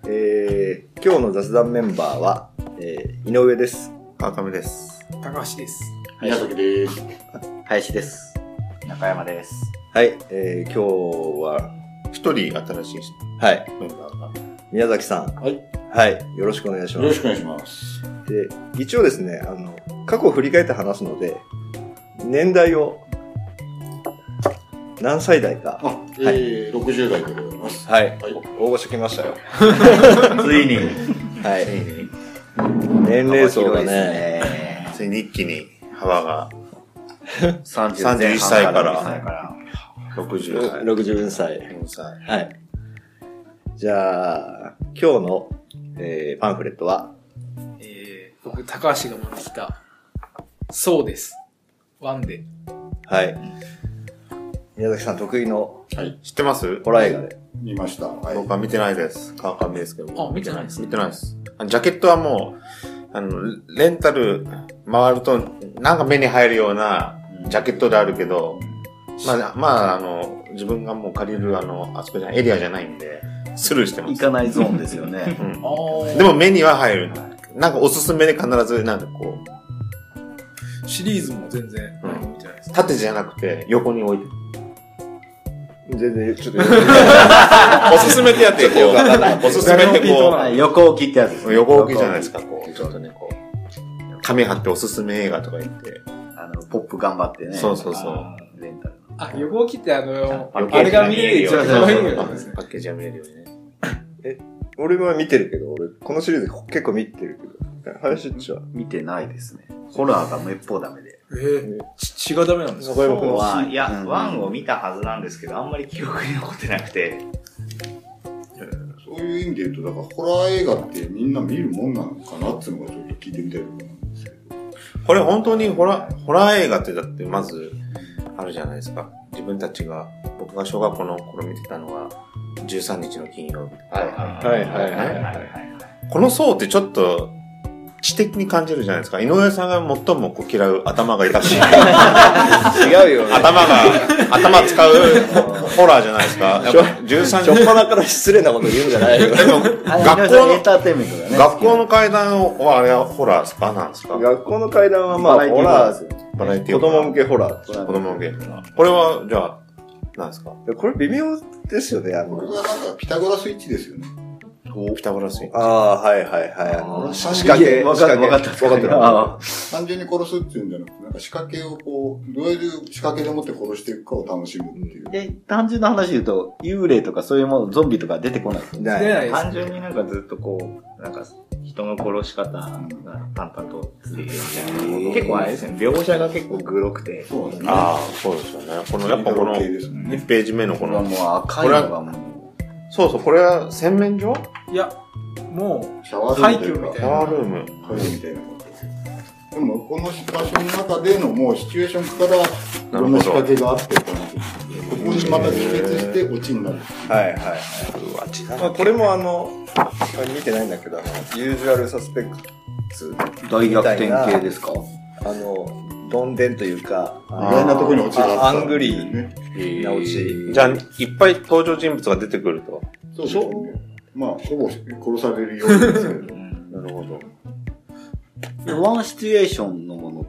えー、今日の雑談メンバーは、えー、井上です。川上です。高橋です。宮崎です。林です。中山です。はい。えー、今日は、一人新しいはい。メンバーが。宮崎さん。はい。はい。よろしくお願いしよまろす。しくお願いします。で、一応ですね、あの、過去を振り返って話すので、年代を、何歳代か。あ、えー、60代でございます。はい。はい。応募してきましたよ。ついに。はい。つ年齢層がね、ね。いに一気に幅が30前半歳から60歳から。 60 64歳。歳。はい。じゃあ、今日の、えーパンフレットは、えー、僕、高橋が持ってきた、そうです。ワンで。はい。宮崎さん得意のはい。知ってますホラー映画で。見ました。はい。僕は見てないです。川上ですけど。あ見てないです見てないです。あのジャケットはもう、あの、レンタル回ると、なんか目に入るようなジャケットであるけど、まあ、まあ、あの、自分がもう借りる、あの、あそこじゃない、エリアじゃないんで、スルーしてま行す。かないゾーンです よね。うんあーでも目には入る。なんかおすすめで必ず、なんかこう、シリーズも全然、うん何も見てないです。縦じゃなくて横に置いて。全然、ちょっと、ち おすすめってやってこう、おすすめってこはい横置きってやつですう、ね。横置きじゃないですか。か、こう、ちょっとね、こう、紙貼っておすすめ映画とか言って。あの、ポップ頑張ってね。そうそうそう。う。レンタルの。あ、予防切ってあの、パッケあーれジが見れる一よう番に可愛いそうそうやそうつですね。パッケージが見れるようにね。俺は見てるけど、俺、このシリーズ結構見てるけど、林っちは、見てないですね。ホラーがめっぽうダメで。えー、ち血がダメなんですそかこへ僕そうも、は、いや、うんワンを見たはずなんですけど、あんまり記憶に残ってなくて。そういう意味で言うと、だから、ホラー映画ってみんな見るもんなのかなっていうのがちょっと聞いてみたいところなんですけど。これ本当にホラホラー映画ってだってまずあるじゃないですか。自分たちが、僕が小学校の頃見てたのが13日の金曜日。はいはいはいはいこの層ってちょっと知的に感じるじゃないですか。井上さんが最もこう嫌う頭がい たしい。違うよね。頭が、頭使うホラーじゃないですか。やっぱ13ちょっ時。ぱなから失礼なこと言うんじゃ ないよ。でも学学校校のエンの、ターテインメントだね。学校の階段はあれはホラーですかなんですか学校の階段はまあ、ホラー、バラエティ子ーホラ供ー向けホラー。子供向け。これは、じゃあ、なんですかこれ微妙ですよね、あこれの、がなんか、ピタゴラスイッチですよね。ピタゴラスイッチ。ああ、はいはいはい。あ俺の、単仕掛純にけ、わ仕か掛るけ。わかった。わかってるあ単純に殺すっていうんじゃなくて、なんか仕掛けをこう、どういう仕掛けでもって殺していくかを楽しむっていう。ーで、単純な話で言うと、幽霊とかそういうもの、ゾンビとか出てこない。な出い。ないです。単純になんかずっとこう、なんか人の殺し方が淡々と続いてるみたいな。結構あれですね、描写が結構グロくて。そうだね。ああ、そうですよね。この、やっぱこの、系ですね。 1ページ目のここれはの、もう赤いのがもそうそう、これは洗面所いや、もう、シャワールームという廃墟みかたいシなャワールーム。こういうみたいなことですよでも、この場所の中でのもうシチュエーションから、いろんな仕掛けがあってって話ですここにまた自滅して落ちになる。はいはいはい。まあ、これもあの、あ見てないんだけど、あの、ユージュアルサスペクツ、う、大逆転系ですかあの、どんでんというか、あのいろんなとこに落ちがああアったングリーね。な落ち。じゃあ、いっぱい登場人物が出てくると。そうですね。まあ、ほぼ殺されるようですけど。なるほど。ワンシチュエーションのもの。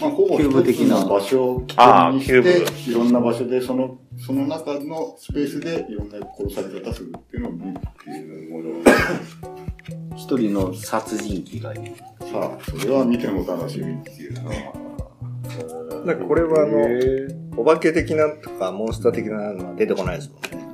まあ、ほぼキューブ的一つなの場所を起ああ点にしてキュ、いろんな場所で、その、その中のスペースでいろんな殺され方するっていうのを見るっていうもの。一人の殺人鬼がいる。さあ、それは見ても楽しみっていうのは。なんかこれはあの、お化け的なとか、モンスター的なのは出てこないですもんね。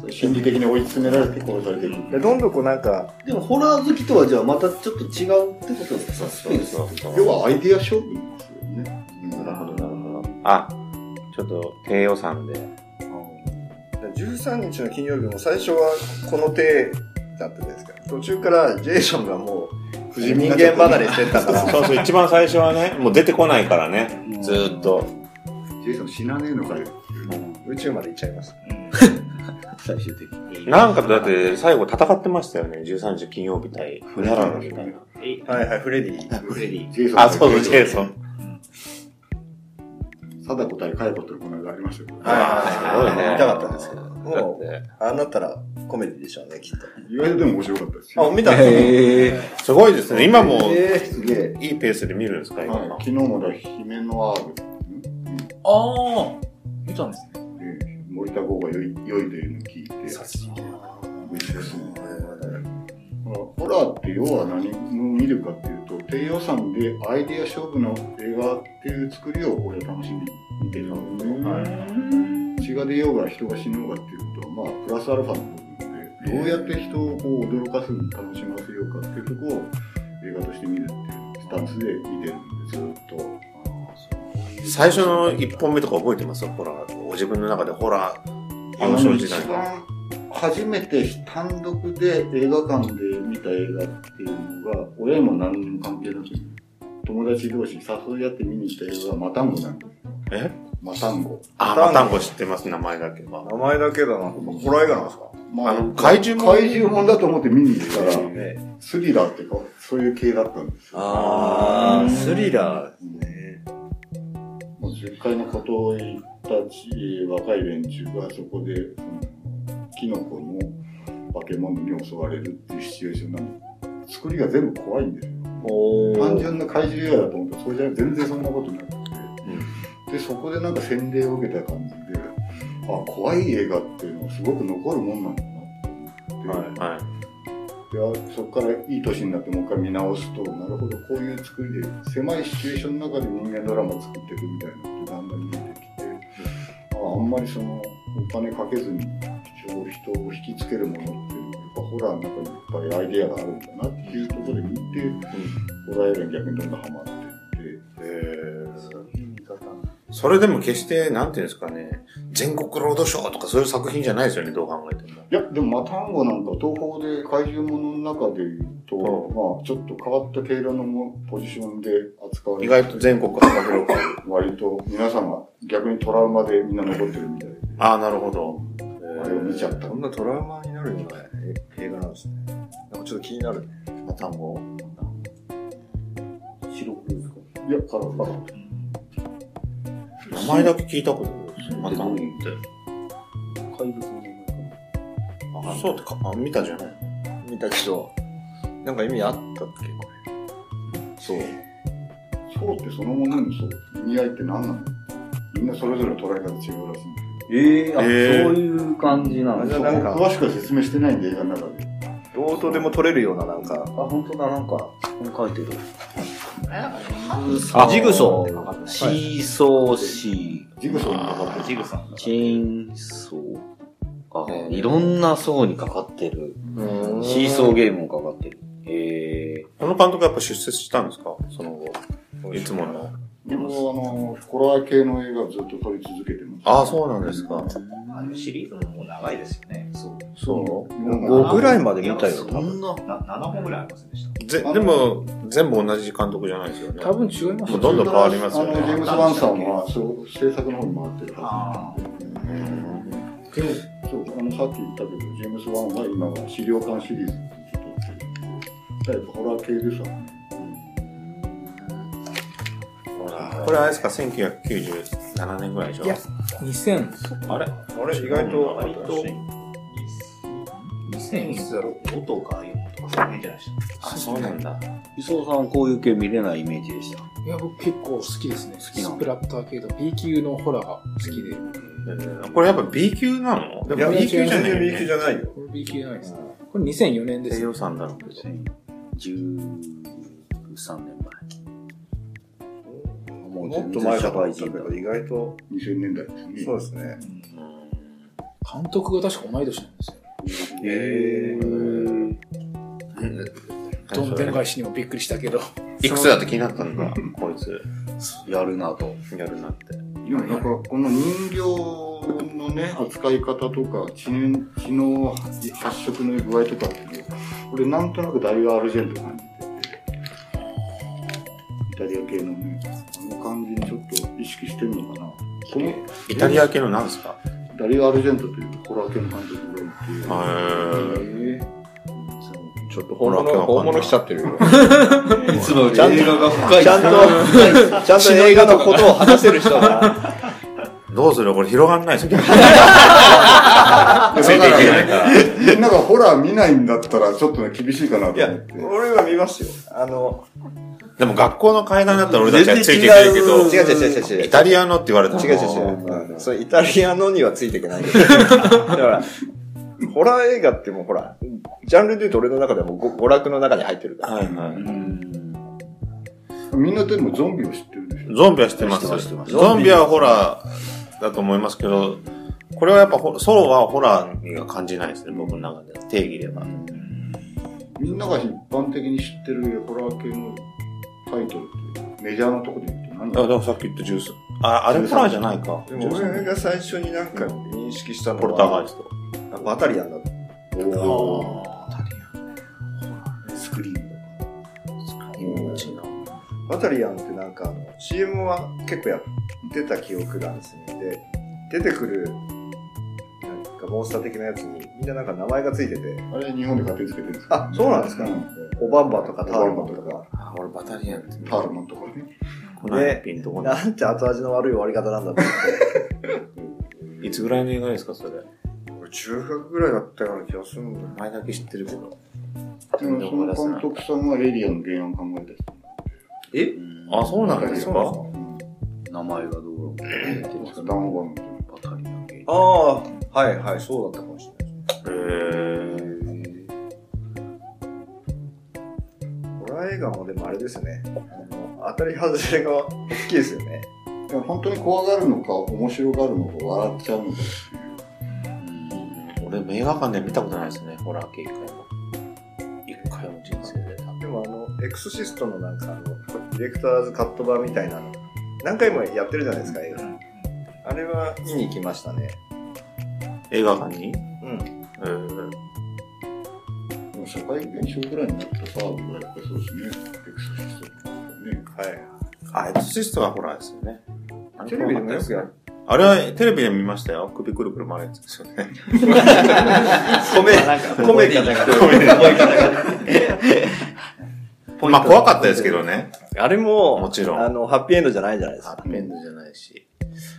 そう心理的に追い詰められて殺されていく。うんでどんどんこうなんか、でもホラー好きとはじゃあまたちょっと違うってことですかサスペンスとか要はアイディア勝負なんですよね。なるほど、なるほど。あ、ちょっと低予算で。 13日の金曜日も最初はこの手だったじゃないですか。途中からジェイソンがもう、人間離れしてったから、そうそう、一番最初はね、もう出てこないからね、ずーっと。ジェイソン死なねえのかよ。 宇宙まで行っちゃいました。最終的になんかだって最後戦ってましたよね、13日金曜日対、フラララみたいな。えはいはい、フレディ。フレディジェイソン。あ、そうそう、ジェイソ。ン。貞子対カイコというこの間ありましたよね。すごいね。見たかったんですけど。だもっう、てあんなったらコメディでしょうね、きっ意外とでも面白かったですと。あ、よ。見たんですかすごいですね。今もえーすげえ。いいペースで見るんですか、はい今。昨日もだ、姫のアール。ああ見たんですね。えー森田剛が良い良いというのを聞いて。美味しいですねホラーって要は何を見るかっていうと、低予算でアイデア勝負の映画っていう作りを俺は楽しみに見てたので、はい、血が出ようが人が死のうがっていうことは、まあ、プラスアルファの部分で、どうやって人をこう驚かすの楽しませようかっていうところを映画として見るっていうスタンスで見てるんで、ずっと。最初の1本目とか覚えてますホラー。ご自分の中でホラー、あの正時代一が。番初めて単独で映画館で見た映画っていうのが、親にも何にも関係なく、友達同士誘い合って見に行った映画がマタンゴなんですよ。えマタンゴ。あ、まあ単語知ってます、名前だけは。名前だけだな。ホラー映画なんですかまあの、怪獣も。怪獣もんだと思って見に行ったら、えスリラーっていうか、そういう系だったんですよ。あー、スリラーですね。もう10回のことを言ったち若い連中がそこで、そのキノコの化け物に襲われるっていうシチュエーションなんで、作りが全部怖いんですよ。単純な怪獣映画だと思ったら、そうじゃない全然そんなことなくて、で、そこでなんか洗礼を受けた感じで、あ、怖い映画っていうのはすごく残るもんなんだなって思って、はい。であそこからいい年になってもう一回見直すと、なるほど、こういう作りで、狭いシチュエーションの中で人間ドラマを作っていくみたいなのってだんだん見えてきて、ああんまりその、お金かけずに、人を人を引きつけるものっていうのは、やっぱホラーの中にいっぱいアイデアがあるんだなっていうところで見て、ホラー映画に逆にどんどんハマっていって、それでも決して、なんていうんですかね、全国ロードショーとかそういう作品じゃないですよね、どう考えても。いや、でも、マタンゴなんか、東宝で怪獣ものの中で言うと、まあ、ちょっと変わった毛色のもポジションで扱わ意れ外と全国幅広く。割と皆さんが逆にトラウマでみんな残ってるみたいで、 ああ、なるほど。あれを見ちゃった。こんなトラウマになるようなえ映画なんですね。なんかちょっと気になる。またも白黒ですかいや、カラフルだった。う、名前だけ聞いたことあるまたもって。怪物の名前かなあ、そうってか、あ、見たじゃない。見たけど、なんか意味あったっけこそう。そうってそのものにそう、意味合いって何なのみんなそれぞれ捉え方違うらしいんでええあ、えーそういう感じなあんれだじゃそこなんか詳しくは説明してないんで、映画の中で。れ。どうとでも取れるようななんか、あ、本当だ、なんか、ここに書いてる。あジグソなかっー。シーソーシジグソーにかかってジグソンー。チェーンソー。あ、いろんな層にかかってる。シーソーゲームもかかってる。えこの監督やっぱ出世したんですかその後。いつもの。る。でも、あの、ホラー系の映画をずっと撮り続けてます。ああ、そうなんですか。シリーズももう長いですよね。そう。そ5ぐらいまで見たよ、そ多分。んな。7本ぐらいありませんでした。う。ぜ、でも、全部同じ監督じゃないですよね。多分違いますもうどんどん変わりますよあの、ジェーね。ムズ・ワンさんは、そう、制作の方に回ってるはず。あでそうあのさっき言ったけどジェームス・ワンは今は資料館シリーズっていうのを撮ってるだいぶホラー系ですよねこれあれですか、1997年ぐらいでしょいや2000、あれあれ、意外あ。と、割と、2005とか4とか、その辺じゃないでした。あ、そうなんだ。ー、磯尾さんはこういう系見れないイメージでした。いや、僕結構好きですね。きなのスプラッター系と B 級のホラーが好きで。これやっぱ B 級なのでいや、も B 級じゃないよ、全然 B 級じね。ゃないよ。これ B 級じゃないですね。これ2004年で低す。予算だろうけど。 13年前。ももっと前社かと思会ったけ人だど、。意外と、 2000年代ですねそうですね。監督が確か同い年なんですよ。えどんでん返しにもびっくりしたけど。いくつだって気になったんだ、こいつ。やるなと。やるなって。でもなんかこの人形のね扱い方とか血の血の発色の具合とかっていうのこれなんとなくダイオアルジェント感じててイタリア系のねあの感じにちょっと意識してるのかなこの イタリア系のなんですかダリオ・アルジェントというホラー系の監督がいて、へちょっと本物、本物来ちゃってるよ。 いつもちゃんと映画が深い。ちゃんと、ちゃんと映画のことを話せる人が。ーどうするこれ広がんな いですよ。だからね、みんながホラー見ないんだったら、ちょっとね、厳しいかなと思って。俺は見ますよ。あの、でも学校の階段だったら俺たちはついてくれるけど、違う違う違う違う違う。イタリアのって言われたら違う違う違う。それイタリアのにはついていけない。だから、ホラー映画ってもうほら、ジャンルで言うと俺の中ではもうご娯楽の中に入ってるから。はいはい。みんなでもゾンビを知ってるでしょ。ゾンビは知ってます。知ってますゾンビはホラーだと思いますけど、これはやっぱホ、ソロはホラーには感じないですね、僕の中では。定義では。みんなが一般的に知ってるホラー系のタイトルって、メジャーのとこで言うと何あ、でもさっき言ったジュース。あ、あれホラーじゃないか。でも俺が最初になんか認識したのポルターガはイ、スト。あバタリアンだと。スクリーンバタリアンってなんかあの CM は結構やってた記憶があるんですね。で、出てくるなんかモンスター的なやつにみんななんか名前がついてて、あれ日本で勝手につけてるんですかあ、そうなんですか、オバンバとかタールマンとか、あ、俺バタリアンって。タールマンとかね。この間ピンとこない。なんて後味の悪い終わり方なんだって。いつぐらいの映画ですか、それ。俺中学ぐらいだったような気がするんだよ。前だけ知ってるけど。でもその監督さんはエイリアンの原案考えた人。あ、そうなんですそかうはなんで名前がどうだろうすか。ダンゴン。バタリア系ああ、はいはい、そうだったかもしれない。ホラー映画もでもあれですよね。あの当たり外れが大きいですよね。いや本当に怖がるのか、面白がるのか、笑っちゃうのか。俺、映画館で見たことないですね、ホラー系一回も。一回も人生で。でもあの、エクソシストのなんかあの、ディレクターズカット版みたいなの、何回もやってるじゃないですか、映画。あれは見に行きましたね。映画館にうん。えーでも社会現象ぐらいになってさ、僕はやっぱりそうですね。エクソシストとかね。はい。あ、エクソシストはホラーですよね。テレビでもよくやる。あれはテレビで見ましたよ。首くるくる回るやつですよね。米、米かじゃなくてまあ怖かったですけどね。あれも、もちろんあの、ハッピーエンドじゃないじゃないですハか。ッピーエンドじゃないし。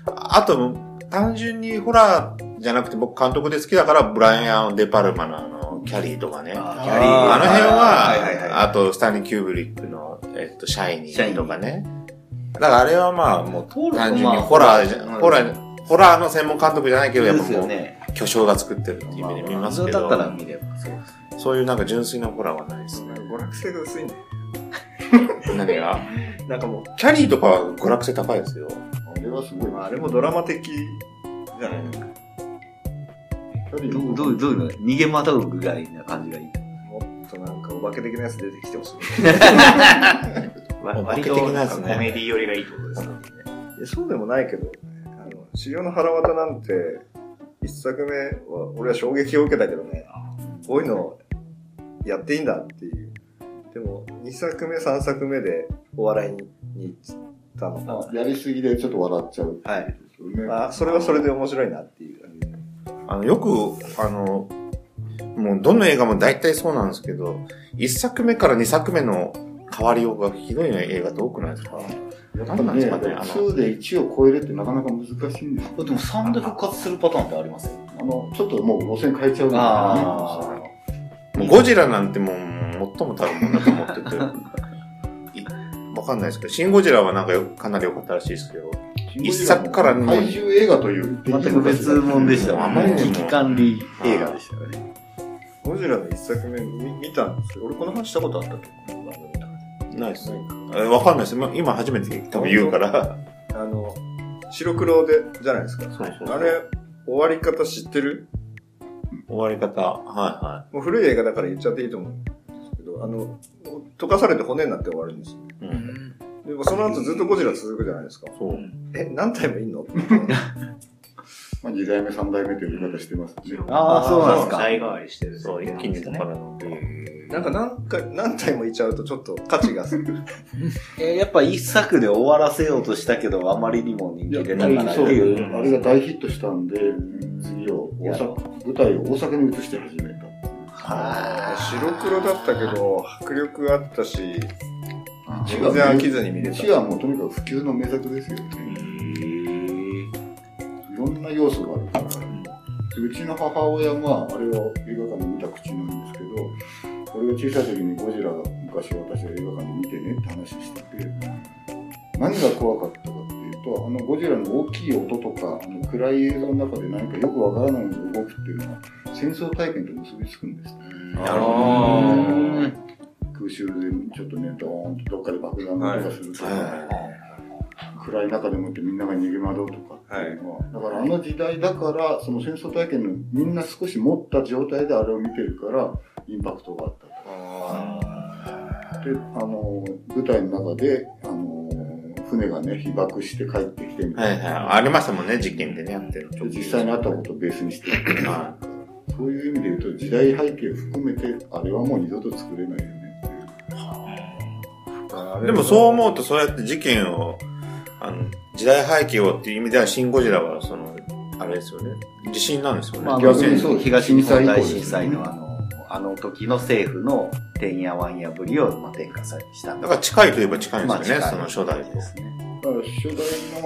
あと、単純にホラーじゃなくて僕監督で好きだから、ブライアン・デ・パルマのあの、キャリーとかね。ああキャリーのい辺はいはいは、あと、スタンリー・キューブリックの、えっと、シャイニーとかね。だからあれはまあ、もう、単純にホラーじゃ、まあホラー、ホラーの専門監督じゃないけど、やっぱですもよう、ね。巨匠が作ってるっていう意味で見ますけど、だったら見れば。そうです。そういうなんか純粋なホラーはないですね。娯楽性が薄いんだよ。何が なんかもう、キャリーとかは娯楽性高いですよ。あれはすごい。あれもドラマ的じゃないですか。どうどうどうどういうの逃げ惑うぐらいな感じがいい。もっとなんかお化け的なやつ出てきてほしい。お化け的な割となやんかつねコメディ寄りがいいってことですね。いやそうでもないけど、あの、修行の腹渡なんて、一作目は、俺は衝撃を受けたけどね、こういうのやっていいんだっていう。でも、二作目、三作目でお笑いに行ったのが、やりすぎでちょっと笑っちゃう。はい。ねあ、それはそれで面白いなっていう。あの、よく、あの、もうどの映画も大体そうなんですけど、一作目から二作目の変わりようがひどい映画って多くないですかやっぱ何なんですかねね、あの2で1を超えるってなかなか難しいんですよ。でも3で復活するパターンってありますよ。あの、ちょっともう路線変えちゃうんだあよね。もうゴジラなんてもう、最も多分もんだと思って て。いわかんないですけど、シン・ゴジラはなんかよかなり良かったらしいですけど、一作からね怪獣映画という。全く別物でしたもあんまりね。に危も機管理映画でしたよね。ゴジラの一作目見見たんですけど、俺この話したことあったっけこの番組でないですね。えわかんないです。ま今初めて多分言うから。あの、白黒で、じゃないですか。そうそうあれ、終わり方知ってる終わり方。はいはもう古い映画だから言っちゃっていいと思うんですけど、あの、溶かされて骨になって終わるんですよ。い。う。うんんでもその後ずっとゴジラ続くじゃないですか。そう。え、何体もいんのまあ、2代目、3代目という呼び方してますね。ああ、そうなんですか。代替わりしてる。そう、一気にだからの。なんか何回、何体もいちゃうとちょっと価値がする。えーやっぱ一作で終わらせようとしたけど、あまりにも人いや気出たからってそういう。あれが大ヒットしたんで、次を大阪、舞台を大阪に移して始めた。白黒だったけど、迫力あったし、全全然飽きずに見れた。市はもうとにかく普及の名作ですよね。いろんな要素があるから。でうちの母親は、あれを映画館で見た口なんですけど、俺が小さい時にゴジラが昔私は映画館で見てねって話してて、何が怖かったかっていうと、あのゴジラの大きい音とか、あの暗い映像の中で何かよくわからないのが動くっていうのは、戦争体験と結びつくんですね。なるほ空襲でちょっとね、ドーンとどっかで爆弾がとかするとか、暗い中でもってみんなが逃げ惑うとかっていうのは、だからあの時代だから、その戦争体験のみんな少し持った状態であれを見てるから、インパクトがあったと。で、あの、舞台の中で、あの、船がね、被爆して帰ってきてみはたいいはい。な。ありましたもんね、実験でね、やってる。で実際にあったことをベースにしてるはそういう意味で言うと、時代背景を含めて、あれはもう二度と作れないよねっていう。い。でもそう思うと、そうやって事件を、あの、時代背景をっていう意味では、シン・ゴジラは、その、あれですよね。地震なんですよね。まあ、あの逆にそうです東日本大震震災以災降ですねのあの、あの時の政府のてんやわんやぶりを、まあ、転化されしたんだから近いといえば近いんまあですよね、近いその初代とで。すね。だから初代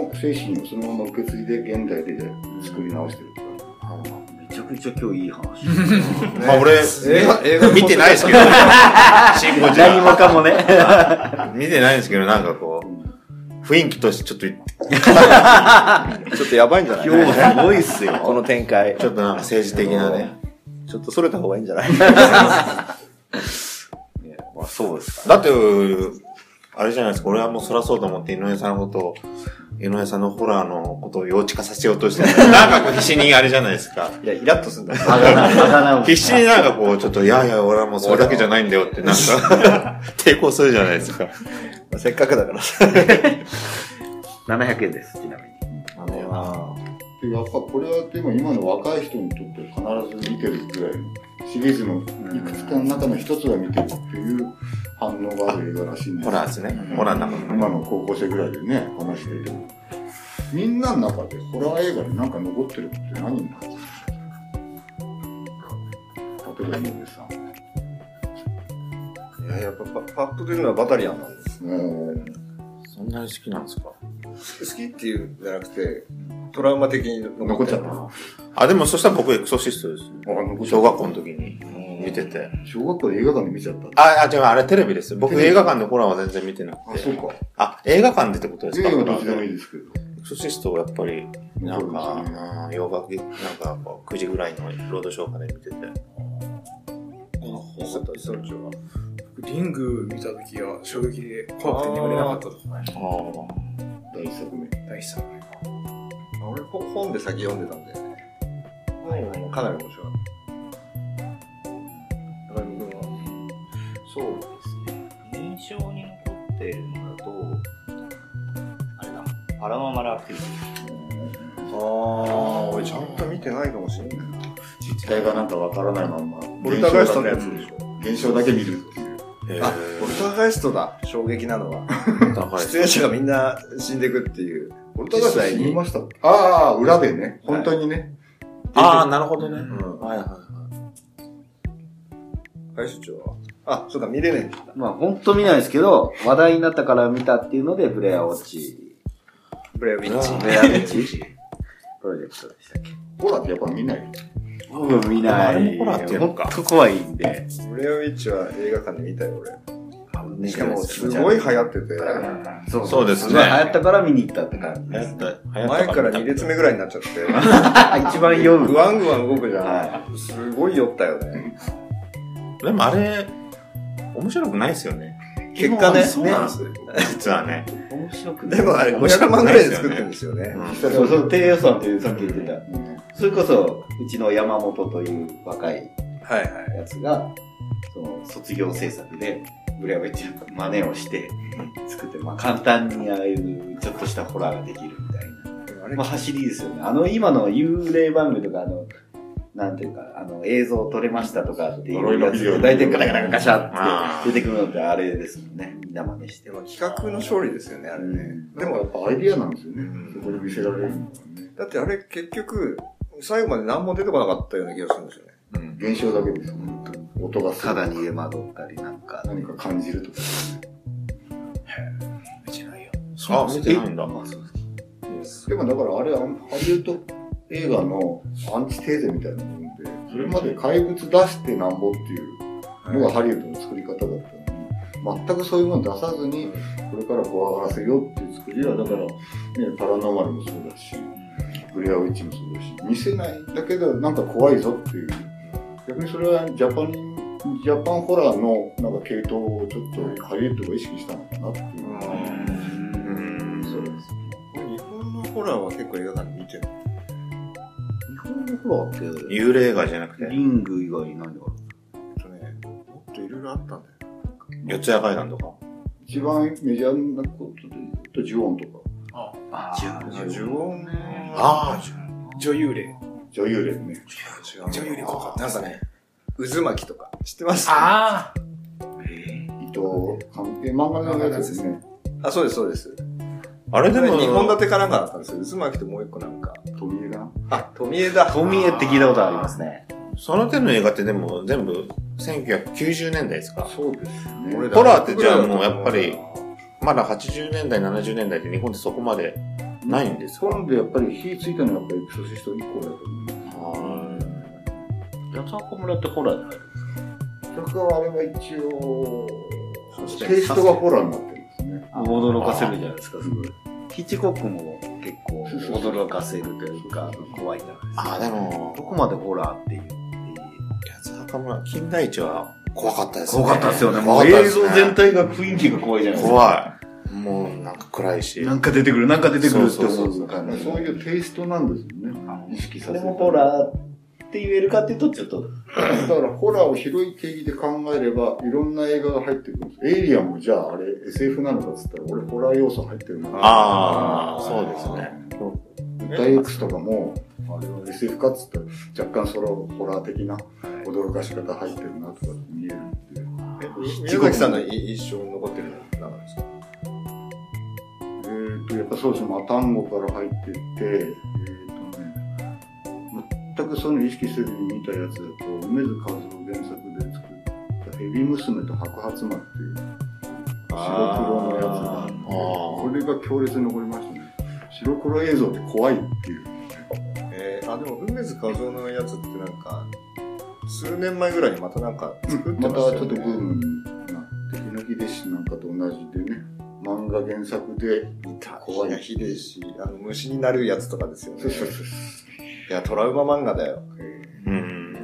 の精神をそのまま受け継いで現代で作り直してるとか、めちゃくちゃ今日いい話。まあ俺、映画見てないですけど、 シン・ゴジ何ラ。もかもね。見てないんですけど、なんかこう、雰囲気としてちょっと、ちょっとやばいんじゃない今日すごいっすよ。この展開。ちょっとなんか政治的なね。ちょっとそれた方がいいんじゃないまあ、そうですか。だって、あれじゃないですか、俺はもうそらそうと思って井上さんのことを、井上さんのホラーのことを幼稚化させようとして、 なんかこう必死にあれじゃないですか。いや、イラッとすんだよ。あがな、あがなを必死になんかこう、ちょっと、いやいや、俺はもうそれだけじゃないんだよって、なん か、抵抗するじゃないですか。せっかくだから。 700円です、ちなみに。あれは、でやっぱこれはでも今の若い人にとって必ず見てるぐらいのシリーズのいくつかの中の一つが見てるっていう反応がある映画らしいんですホラーですね。ホラーの中の今の高校生ぐらいでね話しててもみんなの中でホラー映画で何か残ってるって何になる例えば井上さいんや、やっぱパパッと出るのはバタリアンなんです。うんそんなに好きなんですか好きっていうんじゃなくて、トラウマ的に残っちゃったた。なあ、でもそしたら僕エクソシストです。残っちゃ小った学校の時に見てて。小学校で映画館で見ちゃったあ、あ、違う、あれテレビです。僕映画館でホラーは全然見てなくあそうて。かあ、映画館でってことです映か画はホラーどっちででもいいですけどエクソシストをやっぱり、なんか、うん洋楽、なんかこう、9時ぐらいのロードショーかで見てて。僕リング見た時は衝撃で怖くて眠れなかったとかね第一作目大したね俺ほ本で先読んでたんだよね。本もかなり面白かった。中山君はそうですね。印象に残ってるのだと、あれだ、パラノーマルアクティビテああ、俺ちゃんと見てないかもしれない。実態がなんかわからないまんま俺タガイストのやつでしょ。現象だけ見るっていうえあ、オルターガイストだ。衝撃なのは。高い。出演者がみんな死んでくっていう。オルタガイスト死にましたああ裏でね本当にねああ、なるほどね。うん。はいはい。会社長はあ、そうか、見れないんだ。ィ。まあ、ほんと見ないですけど、話題になったから見たっていうので、ブレアウォッチ、ブレイブウィッチ。 ブレアウォッチプロジェクトでしたっほらってやっぱ見ないけ。僕見ない。あれもホラーっていうほのんかと怖いんで。ブレアウィッチは映画館で見たよ、俺。しかも、すいごい流行ってて、そうそうですねごい流行ったから見に行ったって感じ流で行すっ。た。前から2列目ぐらいになっちゃって、あ、一番酔グう。ワングワン動くじゃない。すごい酔ったよね。でもあれ、面白くないですよね。結果ねそうなんですね。実はね。面白くないでもあれ500万ぐらいで作ってるんですよね。うそうそう、その低予算っていうさっき言ってた。それこそ、うちの山本という若いはいはい。やつが、その卒業制作で、ブレアウェッジの真似をして作って、まあ簡単にああいうちょっとしたホラーができるみたいな。あれまあ、走りですよね。あの、今の幽霊番組とか、あの、なんていうか、あの、映像撮れましたとかっていうやつが大体ガタガタガタガシャって出てくるのってあれですもんね。みんな真似してで。も企画の勝利ですよね、あれね。ででもやも、っぱアイディアなんですよね。そこで見せられるのはね。だってあれ結局、最後まで何も出てこなかったような気がするんですよね。現象だけですよ、本当に。音がすたるだに逃げ惑ったりなんか。何か感じるとか。あ、見てないんだ。でもだからあれ、あんハリウッド映画のアンチテーゼみたいなもんで、それまで怪物出してなんぼっていうのがハリウッドの作り方だったのに、全くそういうもの出さずに、これから怖がらせようっていう作りは、だから、ね、パラノーマルもそうだし、ブレアウィッチもそうだし、見せないだけどなんか怖いぞっていう。逆にそれはジャパン、ジャパンホラーのなんか系統をちょっとハリウッドが意識したのかなっていう。うん。そうです。日本のホラーは結構映画館で見てる。日本のフローって、幽霊映画じゃなくて、リング以外に何があるえっとね、もっといろいろあったんだよ。四谷階段とか。一番メジャーなことで言うと、ジュオンとか、ああ呪音ね。あ女優霊。女優連ね。違う。女優に怖かった。なんかね、渦巻きとか。知ってますああ。伊藤関係、漫画のやつですね。あ、そうです、そうです。あ。あれででも、も、日本立てかなんかだったんですよ。渦巻きともう一個なんか。富江が。あ、富江だ。富江って聞いたことありますね。その手の映画ってでも全部1990年代ですかそうですね。俺らホラーってじゃあもうやっぱり、まだ80年代、70年代って日本ってそこまでないんです日か、本でやっぱり火ついたのはやっぱりエクソシスト以降だと思います。八坂村ってホラーじゃないそれからあれは一応、テイストがホラーになってるんですね。驚かせるじゃないですか、すごい。ヒッチコックも結構驚かせるというか、怖いじゃないですか。ああ、でもど、こまでホラーっていう。八坂村、金田一は怖かったですね。怖かったですよね。も怖うかったで映す像ね全体が雰囲気が怖いじゃないですか。怖い。もうなんか暗いし。なんか出てくる、なんか出てくるってそうそう思そう感じ。そういうテイストなんですよね。意識さそせれて。もホラーって言えるかっていうと、ちょっと、だからホラーを広い定義で考えれば、いろんな映画が入ってくるんです。エイリアンもじゃああれ SF なのかっつったら、俺ホラー要素入ってるもんああ、そうですね。ダイエックスとかも、あれは SF かっつったら、若干それをホラー的な驚かし方入ってるなとかって見えるんで、み宮崎さんの印象に残ってるのはなんですかえー、とやっぱそうですね、マタンゴから入ってって、えーとね、全くそういうの意識せずに見たやつだと、梅津和夫原作で作った、ヘビ娘と白髪魔っていう、白黒のやつがあって、これが強烈に残りましたね。白黒映像って怖いっていう。えー、あ、でも、梅津和夫のやつってなんか、数年前ぐらいにまたなんか作ってままたしちたよね。ょっとブームになって、ヒノキ弟子なんかと同じでね、漫画原作で、怖い。ひでし、あの、虫になるやつとかですよねそう。そうそういや、トラウマ漫画だよ。うん。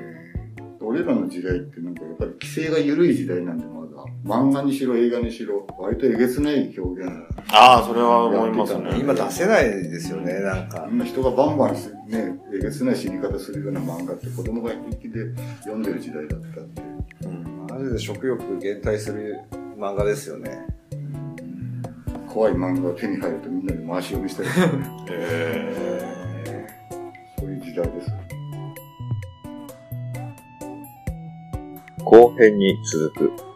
俺らの時代ってなんかやっぱり規制が緩い時代なんでまだ漫画にしろ映画にしろ割とえげつない表現ああ、それは思いますね。今出せないですよね、なんあか。んな人がバンバンしねえげつない死に方するような漫画って子供が平気で読んでる時代だったんでマジで食欲減退する漫画ですよね。怖い漫画を手に入るとみんなで回し読みしたりするそういう時代ですよね後編に続く。